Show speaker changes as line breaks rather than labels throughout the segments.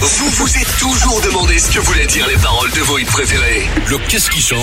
Vous vous êtes toujours demandé ce que voulaient dire les paroles de vos hits préférés. Le qu'est-ce qui chante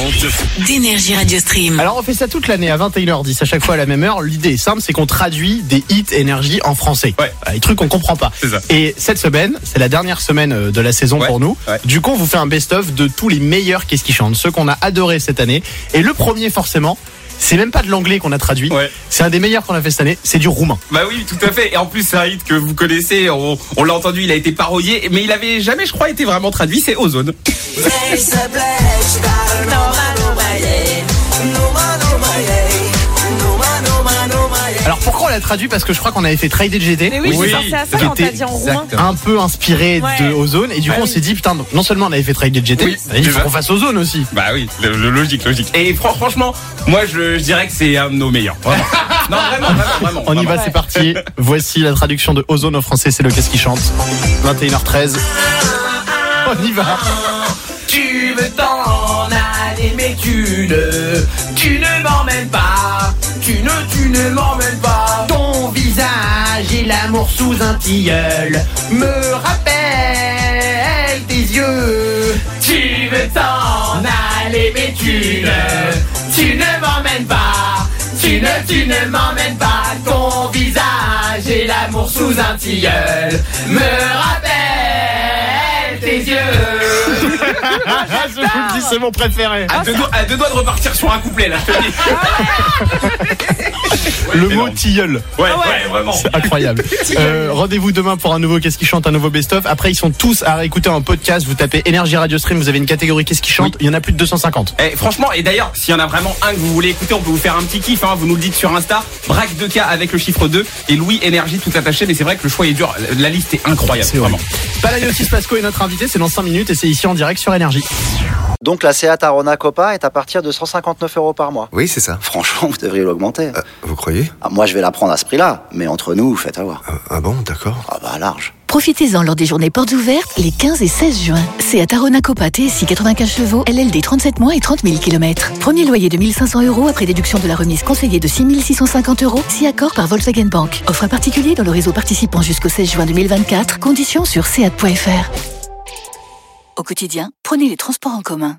D'énergie Radio Stream.
Alors on fait ça toute l'année à 21h10 à chaque fois à la même heure. L'idée est simple, c'est qu'on traduit des hits énergie en français.
Ouais.
Euh, Les trucs qu'on comprend pas.
C'est ça.
Et cette semaine, c'est la dernière semaine euh, de la saison
Ouais,
pour nous.
ouais.
Du coup, on vous fait un best-of de tous les meilleurs qu'est-ce qui chante, ceux qu'on a adorés cette année. Et le premier forcément, c'est même pas de l'anglais qu'on a traduit.
Ouais.
C'est un des meilleurs qu'on a fait cette année, c'est du roumain.
Bah oui, tout à fait. Et en plus, c'est un hit que vous connaissez. On, on l'a entendu, il a été parodié, mais il avait jamais, je crois, été vraiment traduit. C'est Ozone.
Ei se bleix, dar no ma no ma ei, no ma no ma ei, no ma no ma no ma ei.
Alors pourquoi on l'a traduit Parce que je crois qu'on avait fait Trade GT.
Mais oui,
Oui,
j'ai pensé à ça
qui
quand t'as
était
dit en roumain.
exact.
un peu inspiré
Ouais.
de Ozone et du coup on s'est dit putain non seulement on avait fait Trade GT,
Oui,
bah, il faut
déjà.
qu'on fasse Ozone aussi.
Bah oui, le- le- logique, logique. Et fran- franchement, moi, je, je dirais que c'est un de nos meilleurs. Vraiment. non, vraiment, vraiment, vraiment.
On y
vraiment.
va, c'est parti. Voici la traduction de Ozone en français, c'est le qu'est-ce qui chante. 21h13. On y va.
Ah,
Tu veux t'en aller mais tu ne, tu ne m'emmènes pas, tu ne, tu ne m'emmènes pas.
Ton visage et l'amour sous un tilleul me rappellent tes yeux.
Tu veux t'en aller mais tu ne, tu ne m'emmènes pas, tu ne, tu ne m'emmènes pas. Ton visage et l'amour sous un tilleul me rappellent tes yeux.
Ah, je vous le dis, c'est mon préféré.
À deux, doigts, à deux doigts de repartir sur un couplet, là, je te le dis.
Le mot
énorme.
tilleul,
Ouais, ouais, vraiment.
c'est incroyable. Euh, Rendez-vous demain pour un nouveau Qu'est-ce qui chante, un nouveau best-of. Après, ils sont tous à réécouter en podcast. Vous tapez Énergie Radio Stream, vous avez une catégorie Qu'est-ce qui chante. Il y en a plus de 250.
Eh, franchement, et d'ailleurs, s'il y en a vraiment un que vous voulez écouter, on peut vous faire un petit kiff. Hein, vous nous le dites sur Insta. Braque 2K avec le chiffre 2 et Louis Énergie tout attaché. Mais c'est vrai que le choix est dur. La- La liste est incroyable.
C'est
vraiment.
vraiment. Palayotis Pasco est notre invité, c'est dans 5 minutes et c'est ici en direct sur Énergie.
Donc la Seat Arona Copa est à partir de 159 euros par mois.
Oui, c'est ça.
Franchement, vous devriez l'augmenter.
Vous croyez
Ah, moi, je vais la prendre à ce prix-là, mais entre nous, faites avoir.
Ah, Ah bon, d'accord.
Ah bah large.
Profitez-en lors des journées portes ouvertes les 15 et 16 juin. C'est à Tarona Copa TSI 95 chevaux, LLD 37 mois et 30 000 km. Premier loyer de 1500 euros après déduction de la remise conseillée de 6650 euros, si accord par Volkswagen Bank. Offre à particulier dans le réseau participant jusqu'au 16 juin 2024. Conditions sur seat.fr. Au quotidien, prenez les transports en commun.